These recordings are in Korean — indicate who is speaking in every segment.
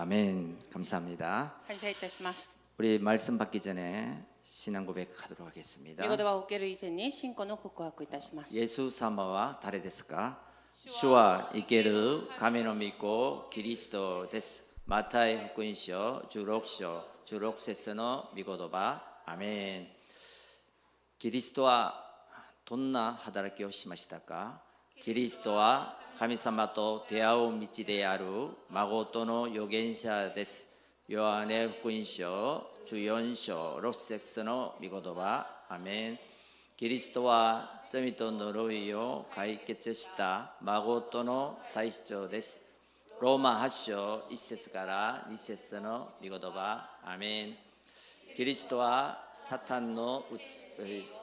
Speaker 1: 아멘. 감사합니다.
Speaker 2: 感謝いたします。
Speaker 1: 우리 말씀 받기 전에 신앙 고백하도록
Speaker 2: 御
Speaker 1: 하겠습니다.
Speaker 2: 言葉を受ける以前に信仰の告白をいたします。
Speaker 1: 예수 사마와 다레데스까? 주와 이케르 가메노 믿고 그리스도 데스 마타의 후군쇼 주록쇼 주록세스노 미고도바 아멘. 그리스도와 どんな働きをしましたかキリストは神様と出会う道である孫との預言者です。ヨハネ福音書14章6節の御言葉アメン。キリストは罪と呪いを解決した孫との最長です。ローマ8章1節から2節の御言葉アメン。キリストはサタンの打ちえー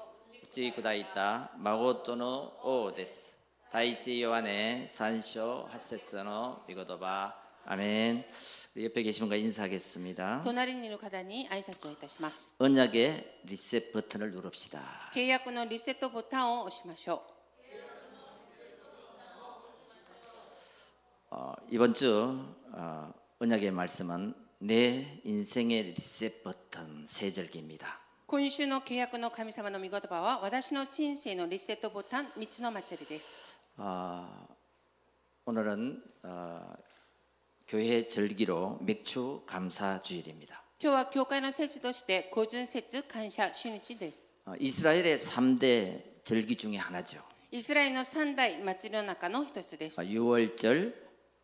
Speaker 1: 打ち砕いた孫との王です。第一ヨハネ3章8節の御言葉。アメン。옆에계신분과 인사하겠습니다.
Speaker 2: 隣にいる方に挨拶をいたします。
Speaker 1: 언약의 리셋 버튼을 누릅시다.
Speaker 2: 契約のリセットボタンを押しましょ
Speaker 1: 어, 이번 주 어, 언약의 말씀은 내 인생의 리셋 버튼 세 절기입니다.
Speaker 2: う。今週の契約の神様の御言葉は私の人生のリセットボタン3つの祭りです。
Speaker 1: 아, 오늘은 어, 교회 절기로 맥주 감사 주일입니다.
Speaker 2: 今日は教会の節として個人節感謝主日です。
Speaker 1: 어, 이스라엘의 3대 절기 중에 하나죠.
Speaker 2: イスラエルの三大祭りの中の一つです。
Speaker 1: 어, 유월절,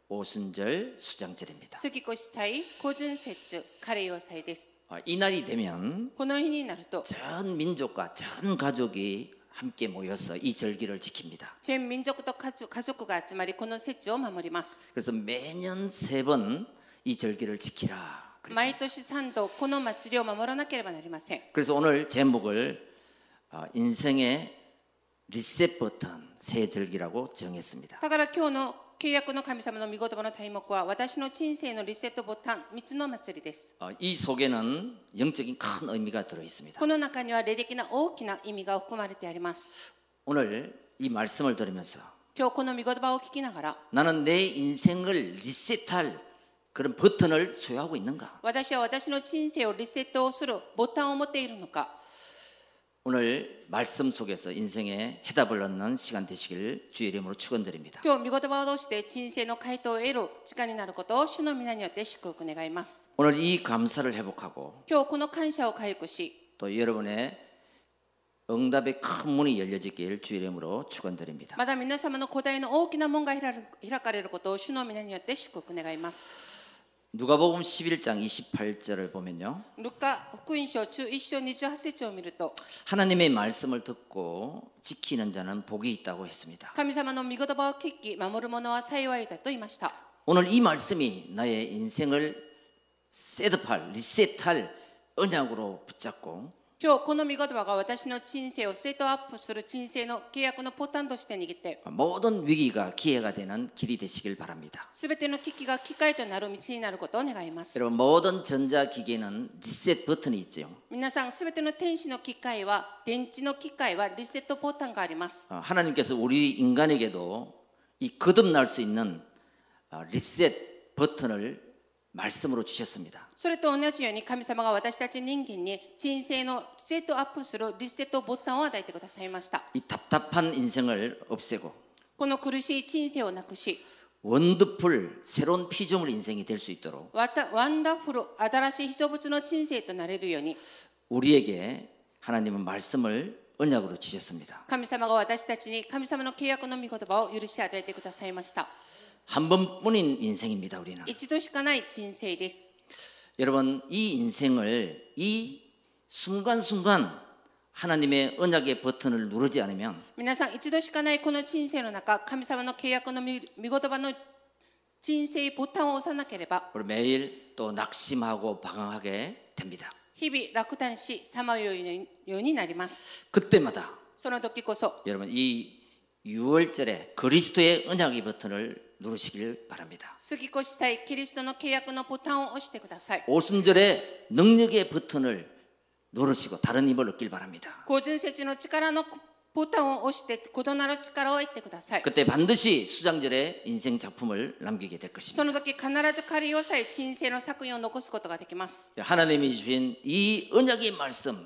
Speaker 1: 오순절, 수장절입니다.
Speaker 2: 杉越祭、個人節、カレイオ祭です。
Speaker 1: 어, 이 날이 되면
Speaker 2: この日になると、
Speaker 1: 전 민족과 전 가족이 함께 모여서 이 절기를 지킵니다.
Speaker 2: 全民族と家族家族が集まり、この節を守ります。
Speaker 1: 그래서 매년 세 번 이 절기를 지키라. 그래서,
Speaker 2: 毎年3度この祭りを守らなければなりません
Speaker 1: 그래서 오늘 제목을 어, 인생의 리셋 버튼 세 절기라고 정했습니다.
Speaker 2: だから今日の契約の神様の御言葉の題目は私の人生のリセットボタン3つの祭りです
Speaker 1: 어, 이 속에는 영적인 큰 의미가 들어 있습니다.
Speaker 2: この中には霊的な大きな意味が含まれてあります
Speaker 1: 오늘 이 말씀을 들으면서
Speaker 2: 今日この御言葉を聞きながら
Speaker 1: 나는 내 인생을 리셋할 그런 버튼을 소유하고 있는가?
Speaker 2: 私は私の人生をリセットをするボタンを持っているのか
Speaker 1: 오늘 말씀 속에서 인생의 해답을 얻는 시간 되시길 주의 이름으로 축원드립니다.
Speaker 2: 今日御言葉を通して人生の回答を得る時間になることを主の皆によって祝福願います
Speaker 1: 오늘 이 감사를 회복하고
Speaker 2: 今日この感謝を回復し
Speaker 1: 또 여러분의 응답의 큰 문이 열려지길 주의 이름으로 축원드립니다.
Speaker 2: また皆様の答えの大きな門が開かれ開かれることを主の皆によって祝福願います
Speaker 1: 누가복음 11장 28절을 보면요.
Speaker 2: ルカ福音書11章28節を見ると
Speaker 1: 하나님의 말씀을 듣고 지키는 자는 복이 있다고 했습니다.
Speaker 2: 神様の御言葉を聞き守る者は幸いだと言いました
Speaker 1: 오늘 이 말씀이 나의 인생을 셋업할 리셋할 언약으로 붙잡고
Speaker 2: 今日この御言葉が私の人生をセットアップする人生の契約のボタンとして握って
Speaker 1: 모든 위기가 기회가 되는 길이 되시길 바랍니다.
Speaker 2: 全ての危機が機会となる道になることを願います
Speaker 1: 여러분 모든 전자기기는 리셋 버튼이 있죠.
Speaker 2: 皆さん全ての天使の機会は電池の機会はリセットボタンがあります
Speaker 1: 어, 하나님께서 우리 인간에게도 이 거듭날 수 있는 어, 리셋 버튼을 말씀으로 주셨습니다.
Speaker 2: それと同じように神様が私たち人間に人生のセットアップするリセットボタンを与えてくださいました
Speaker 1: 이 답답한 인생을 없애고
Speaker 2: この苦しい人生をなくし
Speaker 1: 원더풀 새로운 피조물 인생이 될 수 있도록
Speaker 2: わたワンダフル新しい秘書物の人生となれるように
Speaker 1: 우리에게 하나님은 말씀을 언약으로 주셨습니다.
Speaker 2: 神様が私たちに神様の契約の御言葉を許し与えてくださいました
Speaker 1: 한 번뿐인 인생입니다, 우리는.
Speaker 2: 一度しかない人生です
Speaker 1: 여러분, 이 인생을 이 순간순간 하나님의 언약의 버튼을 누르지 않으면
Speaker 2: 皆さん一度しかないこの人生の中神様の契約の御御言葉の人生ボタンを押さなければ
Speaker 1: 우리 매일 또 낙심하고 방황하게 됩니다.
Speaker 2: 日々落胆しさまよいのようになります
Speaker 1: 그때마다
Speaker 2: その時こそ
Speaker 1: 여러분 이 6월절에 그리스도의 언약의 버튼을 누르시길 바랍니다.
Speaker 2: 杉越祭キリストの契約のボタンを押してください
Speaker 1: 오순절에 능력의 버튼을 누르시고 다른 힘을 얻길 바랍니다.
Speaker 2: 高純節の力のボタンを押して異なる力を得てください。
Speaker 1: 그때 반드시 수장절의 인생 작품을 남기게 될 것입니다.
Speaker 2: その時必ず借りをさえ人生の作品を残すことができます。
Speaker 1: 하나님이 주신 이 언약의 말씀을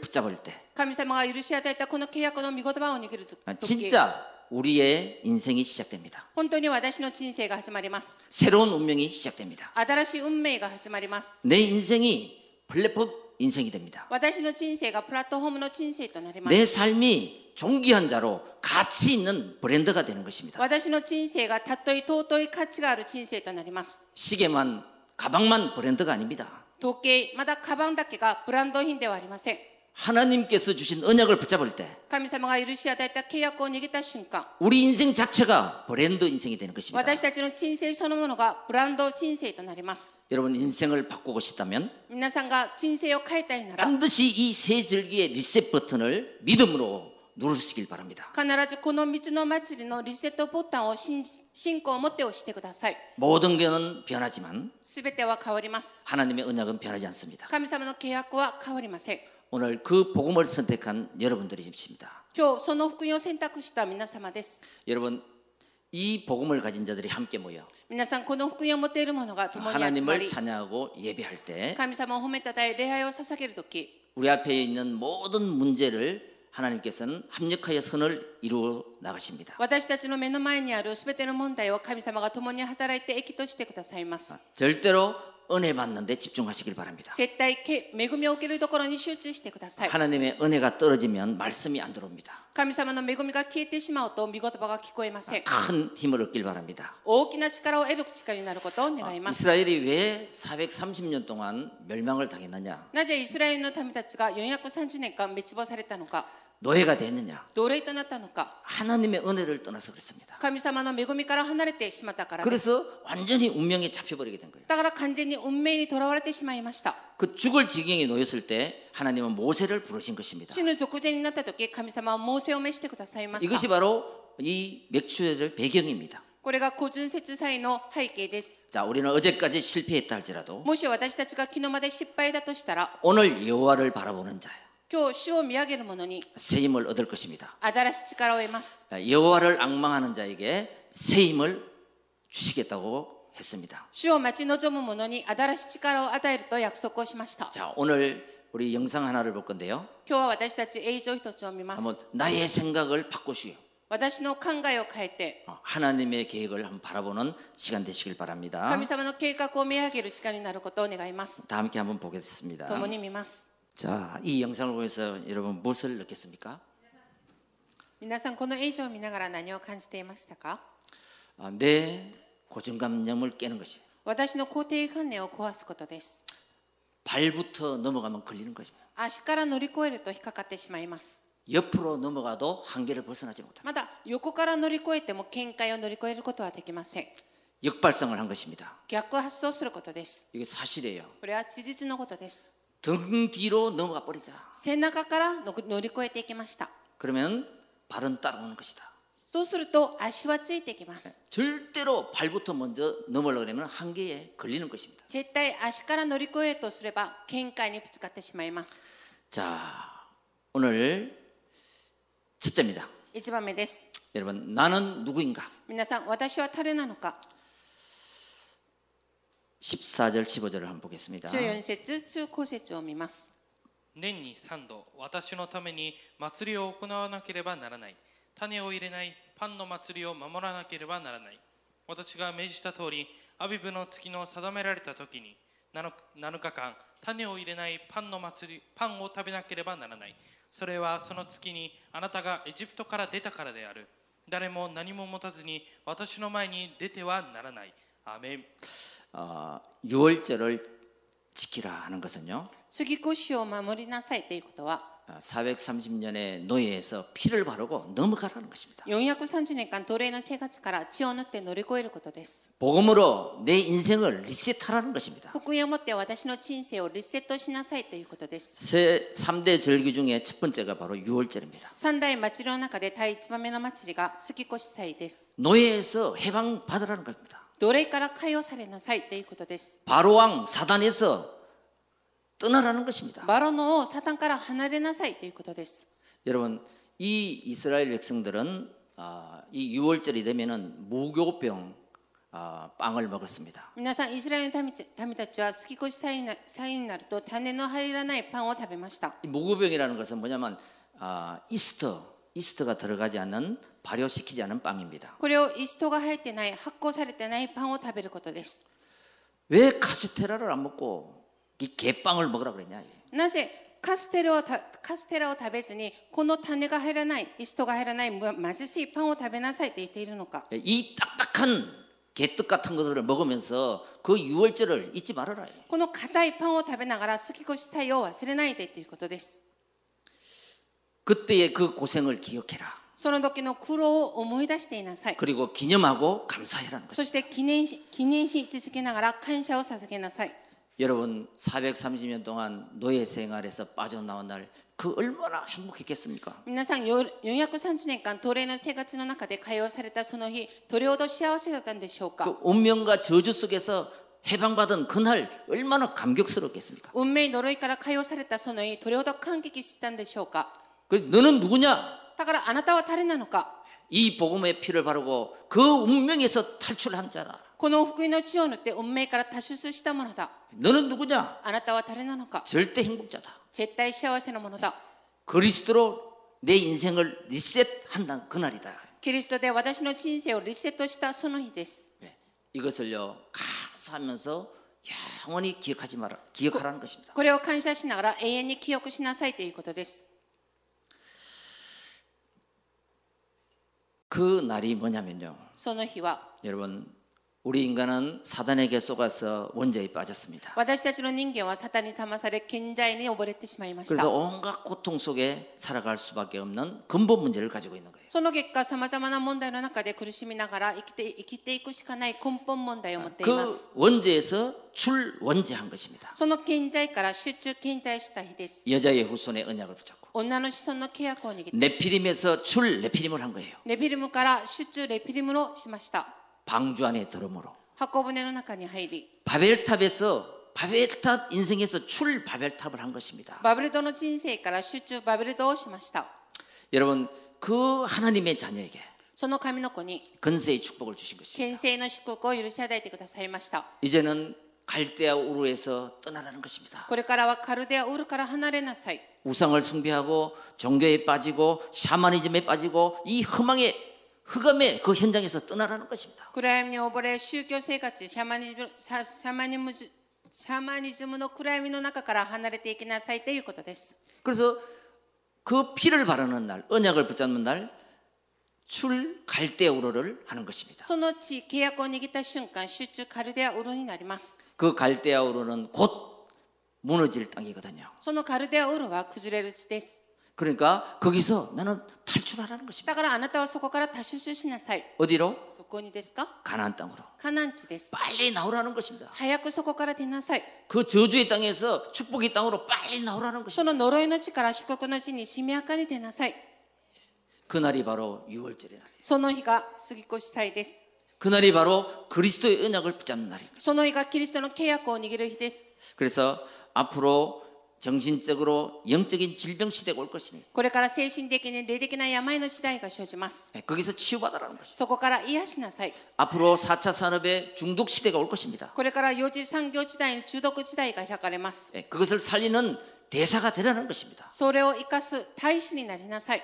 Speaker 1: 붙잡을 때
Speaker 2: 神様が許し与えたこの契約の御言葉を握る
Speaker 1: 아,
Speaker 2: 時
Speaker 1: 진짜 우리의 인생이 시작됩니다.
Speaker 2: 本当に私の人生が始まります。
Speaker 1: 새로운 운명이 시작됩니다.
Speaker 2: 新しい運命が始まります。
Speaker 1: 내 인생이 플랫폼 인생이 됩니다.
Speaker 2: 私の人生がプラットフォームの人生となります。
Speaker 1: 내 삶이 존귀한 자로 가치 있는 브랜드가 되는 것입니다.
Speaker 2: 私の人生がたとえ尊い価値がある人生となります。
Speaker 1: 시계만 가방만 브랜드가 아닙니다.
Speaker 2: 時計、まだカバンだけがブランド品ではありません。
Speaker 1: 하나님께서 주신 언약을 붙잡을 때
Speaker 2: 神様が許し与えた契約を握った瞬間、
Speaker 1: 우리 인생 자체가 브랜드 인생이 되는 것입니다.
Speaker 2: 私たちの人生そのものがブランド人生となります。
Speaker 1: 여러분 인생을 바꾸고 싶다면
Speaker 2: 皆さんが人生を変えたいなら、
Speaker 1: 반드시 이 세 줄기의 리셋 버튼을 믿음으로 누르시길 바랍니다.
Speaker 2: 必ずこの道の祭りのリセットボタンを信じ信仰を持って押してください。
Speaker 1: 모든 것은 변하지만
Speaker 2: すべては変わります。
Speaker 1: 하나님의 언약은 변하지 않습니다.
Speaker 2: 神様の契約は変わりません。
Speaker 1: 오늘 그 복음을 선택한 여러분들이십니다.
Speaker 2: 今日その福音を選択した皆様です。
Speaker 1: 여러분 이 복음을 가진 자들이 함께 모여
Speaker 2: 皆さんこの福音を持っている者が共に集ま
Speaker 1: 하나님을
Speaker 2: り、
Speaker 1: 찬양하고 예배할 때
Speaker 2: 神様を褒めたたえ礼拝を捧げるとき、
Speaker 1: 우리 앞에 있는 모든 문제를 하나님께서는 합력하여 선을 이루어 나가십니다.
Speaker 2: 私たちの目の前にあるすべての問題を神様が共に働いて益としてくださいます。
Speaker 1: 절대로 은혜 받는 데 집중하시길 바랍니다.
Speaker 2: 絶対け恵みを受けるところに集中してくだ
Speaker 1: 네.
Speaker 2: さい。
Speaker 1: 하나님의 은혜가 떨어지면 말씀이 안 들어옵니다.
Speaker 2: 神様の恵みが消えてしまうと見言葉が聞こえま
Speaker 1: 네.
Speaker 2: せん。
Speaker 1: 큰 힘을 얻길 바랍니다.
Speaker 2: 大きな力を得る力になることを願います。
Speaker 1: 아, 이스라엘이 왜 430년 동안 멸망을 당했느냐?
Speaker 2: なぜイスラエルの民たちが430年間滅亡されたのか、
Speaker 1: 노예가 됐느냐?
Speaker 2: 奴隷となったのか、
Speaker 1: 하나님의 은혜를 떠나서 그렇습니다.
Speaker 2: 神様の恵みから離れてしまった
Speaker 1: 네.
Speaker 2: からです。
Speaker 1: 그래서 완전히 운명에 잡혀버리게 된 거예요.
Speaker 2: だから完全に運命にとらわれてしまいました。
Speaker 1: 그 죽을 지경에 놓였을 때 하나님은 모세를 부르신 것입니다.
Speaker 2: 死ぬ直前になった時、神様は猛省を召してくださいまし
Speaker 1: 이것이
Speaker 2: た。
Speaker 1: 바로 이 맥주회를 배경입니다.
Speaker 2: これが個人節祭の背景です。
Speaker 1: 자, 우리는 어제까지 실패했다 할지라도
Speaker 2: もし私たちが昨日まで失敗だとしたら、
Speaker 1: 오늘 여호와를 바라보는 자
Speaker 2: 今日主を見上げる者に
Speaker 1: 새 힘을 얻을 것입니다.
Speaker 2: 新しい力を得ます。
Speaker 1: 여호와를 악망하는 자에게 새 힘을 주시겠다고 했습니다.
Speaker 2: 主を待ち望む者に新しい力を与えると約束をしました。
Speaker 1: 자, 오늘 우리 영상 하나를 볼 건데요.
Speaker 2: 今日は私たち映像一つを見ます。
Speaker 1: 한번 나의 생각을 바꾸시오.
Speaker 2: 私の考えを変えて、
Speaker 1: 어, 하나님의 계획을 한번 바라보는 시간 되시길 바랍니다.
Speaker 2: 神様の計画を見上げる時間になることを願います。
Speaker 1: 다 함께 한번 보겠습니다.
Speaker 2: 共に見ます。
Speaker 1: 자, 이 영상을 보면서 여러분 무엇을 느꼈습니까?
Speaker 2: 皆さん、この映像を見ながら何を感じていましたか
Speaker 1: 아, 내 고정감념을 깨는 것이
Speaker 2: 私の固定観念を壊すことです。
Speaker 1: 발부터 넘어가면 걸리는 거죠.
Speaker 2: 足から乗り越えると引っかかってしまいます。
Speaker 1: 옆으로 넘어가도 한계를 벗어나지 못합니다.
Speaker 2: まだ横から乗り越えても見解を乗り越えることはできません。
Speaker 1: 역발상을 한 것입니다.
Speaker 2: 逆発想することです。
Speaker 1: 이게 사실이에요.
Speaker 2: これは事実のことです。
Speaker 1: 등 뒤로 넘어가 버리자.
Speaker 2: 背中からの乗り越えていきました。
Speaker 1: 그러면 발은 따라오는 것이다.
Speaker 2: そうすると足はついてきます。
Speaker 1: 절대로 발부터 먼저 넘으려고 하면 한계에 걸리는 것입니다.
Speaker 2: 絶対足から乗り越えようとすれば見解にぶつかってしまいます。
Speaker 1: 자, 오늘 첫째입니다.
Speaker 2: 1番目です。
Speaker 1: 여러분, 나는 누구인가?
Speaker 2: 皆さん、私は誰なのか。
Speaker 1: 14절, 15절을 한번 보겠습니다.
Speaker 2: 14節、中高節を見ます。
Speaker 3: 年に3度私のために祭りを行わなければならない種を入れないパンの祭りを守らなければならない私が命じた通りアビブの月の定められた時に 7, 7日間種を入れないパンの祭りパンを食べなければならないそれはその月にあなたがエジプトから出たからである誰も何も持たずに私の前に出てはならないアーメン
Speaker 1: 어, 6월절을 지키라 하는 것은요.
Speaker 2: 杉越を守りなさいということは
Speaker 1: 430년의 노예에서 피를 바르고 넘어가라는 것입니다.
Speaker 2: 430年間奴隷の生活から血を塗って乗り越えることです
Speaker 1: 복음으로 내 인생을 리셋하라는 것입니다.
Speaker 2: 福音をもって私の人生をリセットしなさいということです
Speaker 1: 세 3대 절기 중에 첫 번째가 바로 6월절입니다.
Speaker 2: 三大祭りの中で第一番目の祭りが杉越祭です
Speaker 1: 노예에서 해방받으라는 겁니다.
Speaker 2: 奴隷から解放されなさいということです
Speaker 1: 바로왕 사단에서 떠나라는 것입니다.
Speaker 2: バロの王サタンから離れなさいということです
Speaker 1: 여러분 이 이스라엘 백성들은 아, 이 유월절이 되면은 무교병 아, 빵을 먹었습니다.
Speaker 2: 皆さんイスラエルの民た民たちは月越し祭にな祭になると種の入らないパンを食べました
Speaker 1: 이 무교병이라는 것은 뭐냐면 아, 이스터 이스터가 들어가지 않는 발효시키지 않은 빵입니다.
Speaker 2: これをイーストが入ってない発酵されてないパンを食べることです
Speaker 1: 왜 카스테라를 안 먹고 이 개빵을 먹으라 그랬냐?
Speaker 2: なぜカステラをたカステラを食べずにこの種が入らないイーストが入らないむ貧しいパンを食べなさいと言っているのか
Speaker 1: 이 딱딱한 개떡 같은 것들을 먹으면서 그 유월절을 잊지 말아라.
Speaker 2: この硬いパンを食べながら月越し祭を忘れないでということです
Speaker 1: 그때의 그 고생을 기억해라.
Speaker 2: その時の苦労を思い出していなさい
Speaker 1: 그리고 기념하고 감사해라는 거죠.
Speaker 2: そして記念し記念し続けながら感謝を捧げなさい
Speaker 1: 여러분 430년 동안 노예 생활에서 빠져나온 날 그 얼마나 행복했겠습니까?
Speaker 2: 皆さんよ430年間奴隷の生活の中で解放されたその日どれほど幸せだったんでしょう
Speaker 1: 그
Speaker 2: か
Speaker 1: 운명과 저주 속에서 해방받은 그날 얼마나 감격스럽겠습니까?
Speaker 2: 運命呪いから解放されたその日どれほど感激したんでしょうか
Speaker 1: 그 너는 누구냐?
Speaker 2: だからあなたは誰なのか
Speaker 1: 이 복음의 피를 바르고 그 운명에서 탈출한 자다.
Speaker 2: この福音の地を塗って運命から脱出したものだ
Speaker 1: 너는 누구냐?
Speaker 2: あなたは誰なのか
Speaker 1: 절대 행복자다.
Speaker 2: 絶対幸せなものだ
Speaker 1: 그리스도로 내 인생을 리셋한다는 그날이다.
Speaker 2: キリストで私の人生をリセットしたその日です
Speaker 1: 예, 이것을요 감사하면서 영원히 기억하지 마라 기억하라는 것입니다.
Speaker 2: これを感謝しながら永遠に記憶しなさいということです
Speaker 1: 그 날이 뭐냐면요,
Speaker 2: その日は
Speaker 1: 여러분 우리 인간은 사단에게 속아서 원죄에 빠졌습니다.
Speaker 2: 私たちの人間はサタンに騙され健在に溺れてしまいました
Speaker 1: 그래서 온갖 고통 속에 살아갈 수밖에 없는 근본 문제를 가지고 있는 거예요.
Speaker 2: その結果、さまざまな問題の中で苦しみながら生きて生きていくしかない根本問題を持っています。
Speaker 1: 그 원죄에서 출원죄한 것입니다.
Speaker 2: その健在から集中健在した日です。
Speaker 1: 여자의 후손의 언약을 붙잡고
Speaker 2: 女の子孫の契約を握って、
Speaker 1: 네피림에서 출 네피림을 한 거예요.
Speaker 2: レピリムから集中レピリムをしました。
Speaker 1: 방주 안에 들어으로
Speaker 2: 箱舟の中に入り、
Speaker 1: 바벨탑에서 바벨탑 인생에서 출 바벨탑을 한 것입니다.
Speaker 2: バブルドの人生から集中バブルドをしました。
Speaker 1: 여러분 그 하나님의 자녀에게
Speaker 2: その神の子に、
Speaker 1: 근세의 축복을 주신 것입니다.
Speaker 2: 権勢の祝福を許し与えてくださいました。
Speaker 1: 이제는 갈대아 우르에서 떠나라는 것입니다.
Speaker 2: これからはカルデアウルから離れなさい。
Speaker 1: 우상을 숭배하고 종교에 빠지고 샤머니즘에 빠지고 이 흠망의 흑암의 그 현장에서 떠나라는 것입니다.
Speaker 2: 暗闇に溺れ宗教生活シャーマニズムシャシャーマニムズシャーマニズムの暗闇の中から離れていきなさいということです
Speaker 1: 그래서 그 피를 바르는 날, 언약을 붙잡는 날 출 갈대아 우르를 하는 것입니다.
Speaker 2: その地契約を握った瞬間集中カルデアウルになります
Speaker 1: 그 갈대아 우르는 곧 무너질 땅이거든요.
Speaker 2: そのカルデアウルは崩れる地です
Speaker 1: 그러니까 거기서 나는 탈출하라는 것입니다.
Speaker 2: だからあなたはそこから脱出しなさい
Speaker 1: 어디로?
Speaker 2: どこにですか
Speaker 1: 가나안 땅으로.
Speaker 2: カナン地です
Speaker 1: 빨리 나오라는 것입니다.
Speaker 2: 早くそこから出なさい
Speaker 1: 그 저주의 땅에서 축복의 땅으로 빨리 나오라는 것입니다.
Speaker 2: その呪いの地から祝福の地にしみやかに出なさい
Speaker 1: 그날이 바로 유월절의 날이에요.
Speaker 2: その日が杉越祭です
Speaker 1: 그날이 바로 그리스도의 언약을 붙잡는 날이에요.
Speaker 2: その日がキリストの契約を握る日です
Speaker 1: 그래서 앞으로 정신적으로 영적인 질병 시대가 올 것이니
Speaker 2: これから精神的に霊的な病の時代が生じます。
Speaker 1: 예, 거기서 치유받으라는 것이죠.
Speaker 2: そこから癒しなさい。
Speaker 1: 앞으로 4차 산업의 중독 시대가 올 것입니다.
Speaker 2: これから幼児産業時代の中毒時代が開かれます。
Speaker 1: 예, 그것을 살리는 대사가 되라는 것입니다.
Speaker 2: それを生かす大使になりなさい。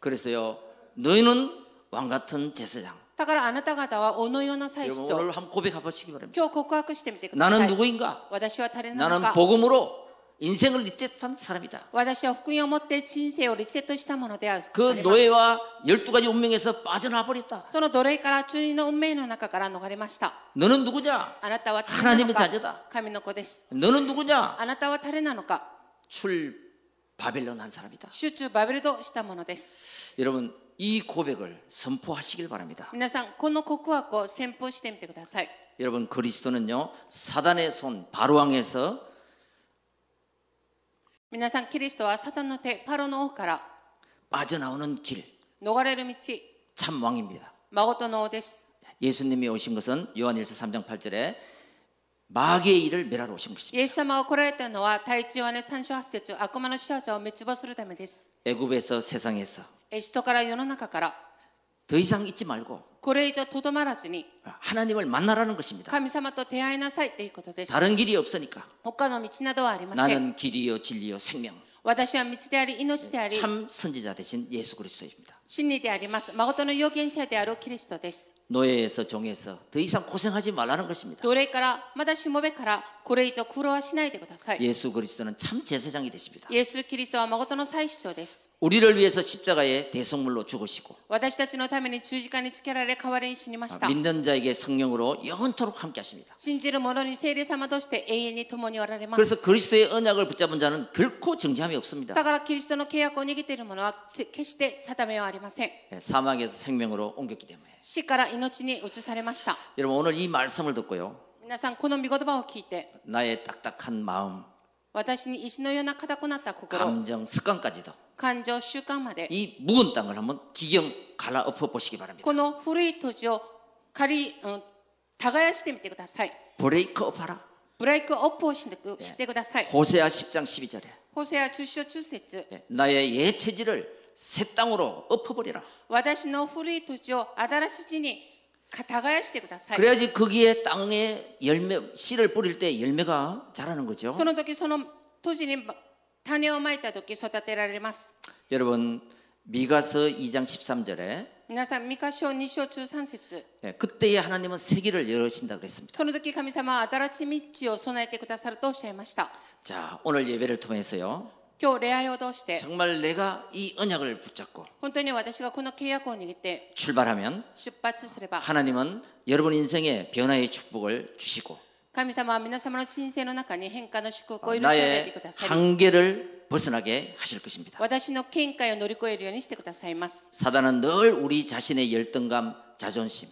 Speaker 1: 그래서요, 너희는 왕 같은 제사장.
Speaker 2: だからあなた方はおのような祭司
Speaker 1: 여러분
Speaker 2: 長。
Speaker 1: 오늘 한번 고백해보시기 바랍니다.
Speaker 2: 今日告白してみてくだ
Speaker 1: 나는
Speaker 2: さい。
Speaker 1: 네. 누구인가?
Speaker 2: 私は誰なの
Speaker 1: 나는
Speaker 2: か
Speaker 1: 복음으로 인생을 리셋한 사람이다.
Speaker 2: 私は福音を持って人生をリセットしたものである。
Speaker 1: 그 노예와 열두 가지 운명에서 빠져나 버렸다.
Speaker 2: その奴隷から中二の運命の中から逃れました。
Speaker 1: 너는 누구냐?
Speaker 2: あなたは
Speaker 1: 하나님의
Speaker 2: 誰
Speaker 1: 자녀
Speaker 2: なの
Speaker 1: 다
Speaker 2: か神の子です。
Speaker 1: 너는 누구냐?
Speaker 2: あなたは誰なのか
Speaker 1: 출 바벨론 한 사람이다.
Speaker 2: 集中バベルドしたものです。
Speaker 1: 여러분 이 고백을 선포하시길 바랍니다.
Speaker 2: 皆さんこの告白を先方してみてください
Speaker 1: 여러분 그리스도는요 사단의 손 바로왕에서
Speaker 2: 皆さんキリストはサタンの手パロの王から
Speaker 1: 빠져나오는 길
Speaker 2: 逃れる道
Speaker 1: 참왕입니다.
Speaker 2: 孫との王です
Speaker 1: 예수님이 오신 것은 요한일서 3장 8절에 마귀의 일을 멸하러 오신 것입니다.
Speaker 2: イエス様が来られたのは、体中はね、三章八節、悪魔の使者を滅亡するためです。
Speaker 1: 애굽에서 세상에서
Speaker 2: エジプトから世の中から、
Speaker 1: 더 이상 잊지 말고
Speaker 2: これ以上とどまらずに、
Speaker 1: 하나님을 만나라는 것입니다.
Speaker 2: 神様と出会いなさいということです。
Speaker 1: 다른 길이 없으니까
Speaker 2: 他の道などはありません。
Speaker 1: 나는 길이요 진리요 생명
Speaker 2: 私は道であり、命であり、
Speaker 1: 참 선지자 되신 예수 그리스도입니다.
Speaker 2: 真理であります。誠の預言者であるキリストです。
Speaker 1: 노예에서 종에서 더 이상 고생하지 말라는 것입니다.
Speaker 2: 奴隷から、まだしもべから、これ以上苦労はしないでください。
Speaker 1: 예수 그리스도는 참 제사장이 되십니다.
Speaker 2: イエス・キリストは誠の最主長です。
Speaker 1: 우리를 위해서 십자가에 대속물로 죽으시고 아,
Speaker 2: 私たちのために十字架につけられ、代わりに死にました。
Speaker 1: 믿는 자에게 성령으로 영원토록 함께 하십니다.
Speaker 2: 信じる者に聖霊様として永遠に共におられます。
Speaker 1: 그래서 그리스도의 언약을 붙잡은 자는 결코 정지함이 없습니다.
Speaker 2: だからキリストの契約を握っている者はせ決して定めはありません。
Speaker 1: 예, 사망에서 생명으로 옮겼기 때문에
Speaker 2: 死から命に移されました。
Speaker 1: 여러분 오늘 이 말씀을 듣고요
Speaker 2: 皆さん、この御言葉を聞いて、
Speaker 1: 나의 딱딱한 마음
Speaker 2: 私に石のような固くなった心、
Speaker 1: 감정 습관까지도
Speaker 2: 感情、習慣まで、
Speaker 1: 이 묵은 땅을 한번 기경 갈아엎어 보시기 바랍니다
Speaker 2: この古い土地を借り、うん、耕してみてください。
Speaker 1: 브레이크업 하라
Speaker 2: ブレイクアップをしてくしてください。
Speaker 1: 호세아 10장 12절에
Speaker 2: 法制や中小中節、
Speaker 1: 나의 예 체질을 새 땅으로 엎어버리라
Speaker 2: 私の古い土地を新しい地に耕してください。
Speaker 1: 그래야지 거기에 땅에 열매 씨를 뿌릴 때 열매가 자라는 거죠
Speaker 2: その時、その土地に種をまいた時、育てられます。
Speaker 1: 여러분 미가서 2장 13절에 예,
Speaker 2: 皆さん、三箇所二章中三節。
Speaker 1: 그때에 하나님은 세기를 열으신다 그랬습니다
Speaker 2: その時神様は新しい道を備えてくださるとおっしゃいました。
Speaker 1: 자 오늘 예배를 통해서요
Speaker 2: 今日礼拝を通して、
Speaker 1: 정말 내가 이 언약을 붙잡고
Speaker 2: 本当に私がこの契約を握って
Speaker 1: 출발하면
Speaker 2: 出発すれば、
Speaker 1: 하나님은 여러분 인생에 변화의 축복을 주시고
Speaker 2: 神様は皆様の人生の中に変化の祝福を許し与えて
Speaker 1: 나의
Speaker 2: くださり、
Speaker 1: 한계를 벗어나게 하실 것입니다.
Speaker 2: 私の見解を乗り越えるようにしてくださいます。
Speaker 1: 사단은 늘 우리 자신의 열등감, 자존심,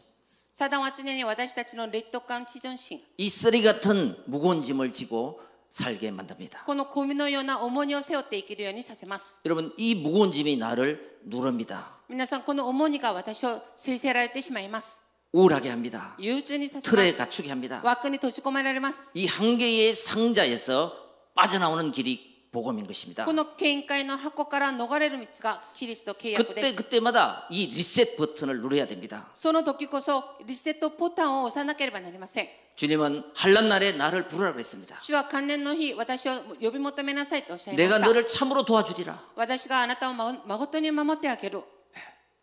Speaker 2: サダンは常に私たちの劣等感、自尊心、
Speaker 1: 이 쓰리 같은 무거운 짐을 지고 살게 만듭니다.
Speaker 2: このゴミのような重荷を背負って生きるようにさせます。
Speaker 1: 여러분 이 무거운 짐이 나를 누릅니다.
Speaker 2: 皆さん、この重荷が私を制せられてしまいます。
Speaker 1: 우울하게 합니다.
Speaker 2: 憂鬱にさせま
Speaker 1: 틀에
Speaker 2: す。
Speaker 1: 갇히게 합니다.
Speaker 2: 枠に閉じ込められます。
Speaker 1: 이 한계의 상자에서 빠져나오는 길이 복음인 것입니다.
Speaker 2: この見解の箱から逃れる道がキリスト契約で
Speaker 1: 그때
Speaker 2: す。
Speaker 1: 그때마다 이 리셋 버튼을 누려야 됩니다.
Speaker 2: その時こそリセットボタンを押さなければなりません。
Speaker 1: 주님은 한란 날에 나를 부르라 그랬습니다.
Speaker 2: 主は関連の日、私を呼び求めなさいとおっしゃいま
Speaker 1: 내가
Speaker 2: した。
Speaker 1: 너를 참으로 도와주리라.
Speaker 2: 私があなたをま誠に守ってあげる。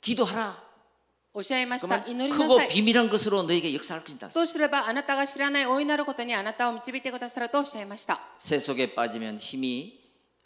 Speaker 1: 기도하라.
Speaker 2: おっしゃいました。
Speaker 1: 그러면
Speaker 2: 祈りなさ
Speaker 1: 크고
Speaker 2: い。
Speaker 1: 비밀한 것으로 너에게 역사할 것이다.
Speaker 2: そうすればあなたが知らない大いなることにあなたを導いてくださるとおっしゃいました。
Speaker 1: 새 속에 빠지면 힘이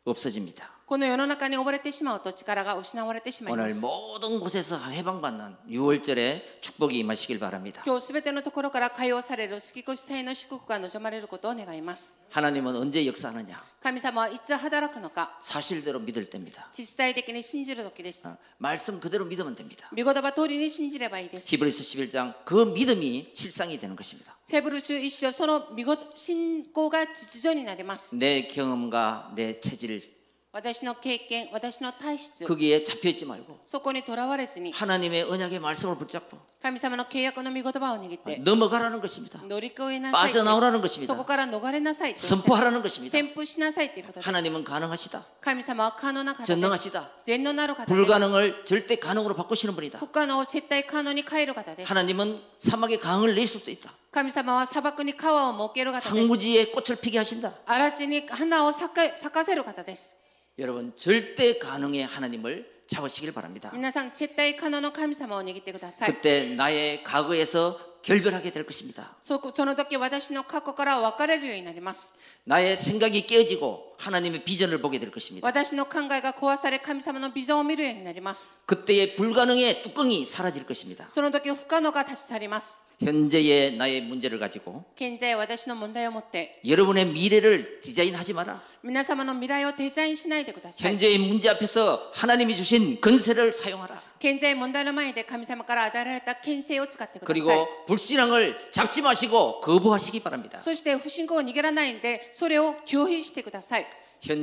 Speaker 1: 없어집니다.
Speaker 2: この世の中に溺れてしまうと力が失われてしまい
Speaker 1: 오늘
Speaker 2: ます。
Speaker 1: 모든 곳에서 해방받는 6월절에 축복이 임하시길 바랍니다.
Speaker 2: 今日すべてのところから解放される月越し祭の祝福が望まれることを願います。
Speaker 1: 하나님은 언제 역사하느냐?
Speaker 2: 神様はいつ働くのか、
Speaker 1: 사실대로 믿을 때입니다.
Speaker 2: 実際的に信じる時です。
Speaker 1: 어, 말씀 그대로 믿으면 됩니다.
Speaker 2: 見言葉通りに信じればいいです。
Speaker 1: 히브리서 11장 그 믿음이 실상이 되는 것입니다.
Speaker 2: セブル中一章、その見事信仰が秩序になります。
Speaker 1: 내 경험과 내 체질
Speaker 2: 私の経験、私の体質、
Speaker 1: 거기에 잡혀 있지 말고
Speaker 2: そこにとらわれずに、
Speaker 1: 하나님의 언약의 말씀을 붙잡고
Speaker 2: 神様の契約の見言葉を握っ
Speaker 1: 어,
Speaker 2: て、
Speaker 1: 넘어가라는 것입니다.
Speaker 2: 乗り越えなさい。
Speaker 1: 빠져나오라는
Speaker 2: そこ
Speaker 1: 것입니다.
Speaker 2: から逃れなさいと。
Speaker 1: 선포하라는 것입니다.
Speaker 2: 宣布しなさいということです。
Speaker 1: 하나님은 가능하시다.
Speaker 2: 神様は可能な方です。
Speaker 1: 전능하시다.
Speaker 2: 全能なる方です。
Speaker 1: 불가능을 절대 가능으로 바꾸시는 분이다.
Speaker 2: 不可能を絶対可能に変える方です。
Speaker 1: 하나님은 사막에 강을 내실 수도 있다.
Speaker 2: 神様は砂漠に川を設ける方です。
Speaker 1: 황무지에 꽃을 피게 하신다.
Speaker 2: 荒地に花を咲か咲かせる方です。
Speaker 1: 여러분 절대 가능의 하나님을 잡으시길 바랍니다.
Speaker 2: 皆さん、絶対可能の神様を握ってください。
Speaker 1: 그때 나의 과거에서 결별하게 될 것입니다.
Speaker 2: そこその時私の過去から分かれるようになります。
Speaker 1: 나의 생각이 깨어지고 하나님의 비전을 보게 될 것입니다.
Speaker 2: 私の考えが壊され神様のビジョンを見るようになります。
Speaker 1: 그때의 불가능의 뚜껑이 사라질 것입니다.
Speaker 2: その時不可能が立ち去ります。
Speaker 1: 현재의 나의 문제를 가지고
Speaker 2: 現在私の問題を持って
Speaker 1: 여러분의 미래를 디자인하지 마라.
Speaker 2: 皆様の未来をデザインしないでください。
Speaker 1: 현재의 문제 앞에서 하나님이 주신 근세를 사용하라.
Speaker 2: 現在問題の前で神様から与えられた権勢を使ってください。
Speaker 1: 그리고 불신앙을 잡지 마시고 거부하시기 바랍니다.
Speaker 2: そして不信仰を逃げらないんでそれを拒否してください。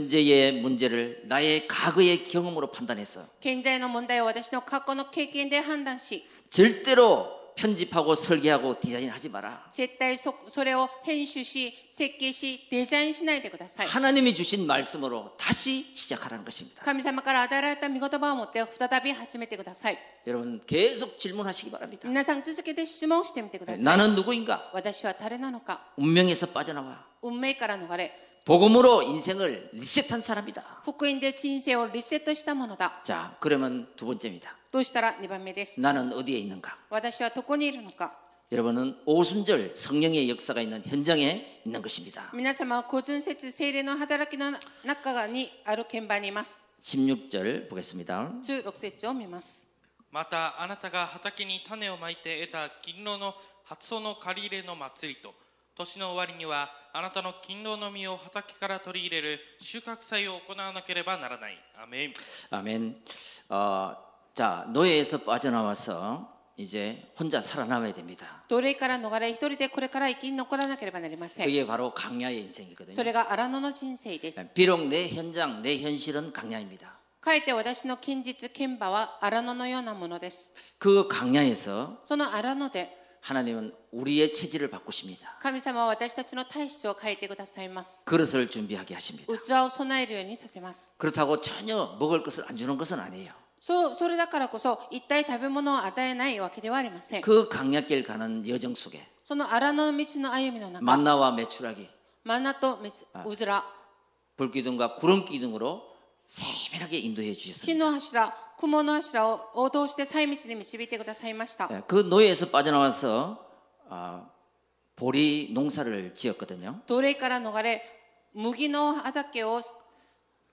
Speaker 1: 현재의 문제를 나의 과거의 경험으로 판단해서
Speaker 2: 現在の問題を私の過去の経験で判断し
Speaker 1: 절대로 편집하고 설계하고 디자인하지 마라.
Speaker 2: 絶対そそれを編集し設計しデザインしないでください
Speaker 1: 하나님이 주신 말씀으로 다시 시작하라는 것입니다.
Speaker 2: 神様から与えられた御言葉を持って再び始めてください
Speaker 1: 여러분 계속 질문하시기 바랍니다. 네,
Speaker 2: 皆さん続けて質問をしてみてください
Speaker 1: 나는 누구인가?
Speaker 2: 私は誰なのか
Speaker 1: 운명에서 빠져나와
Speaker 2: 運命から逃れ
Speaker 1: 복음으로 인생을 리셋한 사람이다.
Speaker 2: 福音で人生をリセットしたものだ
Speaker 1: 자 그러면 두 번째입니다.
Speaker 2: どうしたら2番目です
Speaker 1: 나는 어디에 있는가?
Speaker 2: 私はどこにいるのか
Speaker 1: 여러분은 오순절 성령의 역사가 있는 현장에 있는 것입니다.
Speaker 2: 皆様は個人節精霊の働きの中にある鍵盤にいます。
Speaker 1: 16절 보겠습니다.
Speaker 2: 16節を見ます。
Speaker 3: またあなたが畑に種をまいて得た勤労の発想の借り入れの祭りと年の終わりにはあなたの勤労の実を畑から取り入れる収穫祭を行わなければならないアメン
Speaker 1: 아멘. 어, 자 노예에서 빠져나와서 이제 혼자 살아남아야 됩니다.
Speaker 2: 奴隷から逃れ、一人でこれから生き残らなければなりません。
Speaker 1: 그게 바로 강야의 인생이거든요.
Speaker 2: それが荒野の人生です。
Speaker 1: 비록 내 현장, 내 현실은 강야입니다.
Speaker 2: かえって私の堅実、剣馬は荒野のようなものです。
Speaker 1: 그 강야에서
Speaker 2: その荒野で
Speaker 1: 하나님은 우리의 체질을 바꾸십니다.
Speaker 2: 神様は私たちの体質を変えてくださいます。
Speaker 1: 그릇을 준비하게 하십니다.
Speaker 2: 器を備えるようにさせます。
Speaker 1: 그렇다고 전혀 먹을 것을 안 주는 것은 아니에요.
Speaker 2: そう、それだからこそ、一体食べ物を与えないわけではありません。
Speaker 1: 그 강야길 가는 여정 속에
Speaker 2: その荒野の道の歩みの中、
Speaker 1: 만나와 메추라기,
Speaker 2: マナとうずら、
Speaker 1: 불기둥과 구름기둥으로 세밀하게 인도해
Speaker 2: 火
Speaker 1: 주셨습니다.
Speaker 2: の柱、雲の柱を応答して細道に導いてくださいました。
Speaker 1: 예, 그 노예에서 빠져나와서 아, 보리 농사를 지었거든요.
Speaker 2: 奴隷から逃れ、麦の畑を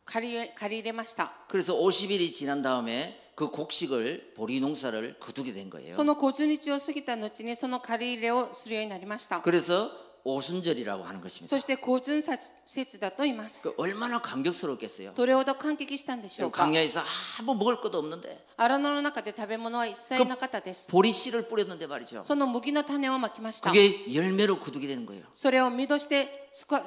Speaker 2: 借り借り入れました。
Speaker 1: 그래서 50일이 지난 다음에 그 곡식을 보리 농사를 거두게 된 거예요.
Speaker 2: その50日を過ぎた後にその借り入れをするようになりました。
Speaker 1: 그래서 오순절이라고 하는 것입니다.
Speaker 2: そして50節だと言います。
Speaker 1: 그 얼마나 감격스럽겠어요.
Speaker 2: どれほど感激したんでしょうか
Speaker 1: 강야에서 아무 먹을 것도 없는데
Speaker 2: 荒野の中で食べ物は一切なかったです。
Speaker 1: 보리 씨를 뿌렸는데 말이죠.
Speaker 2: その麦の種をまきました。
Speaker 1: 그게 열매로 거두게 되는 거예요.
Speaker 2: それを実としてすか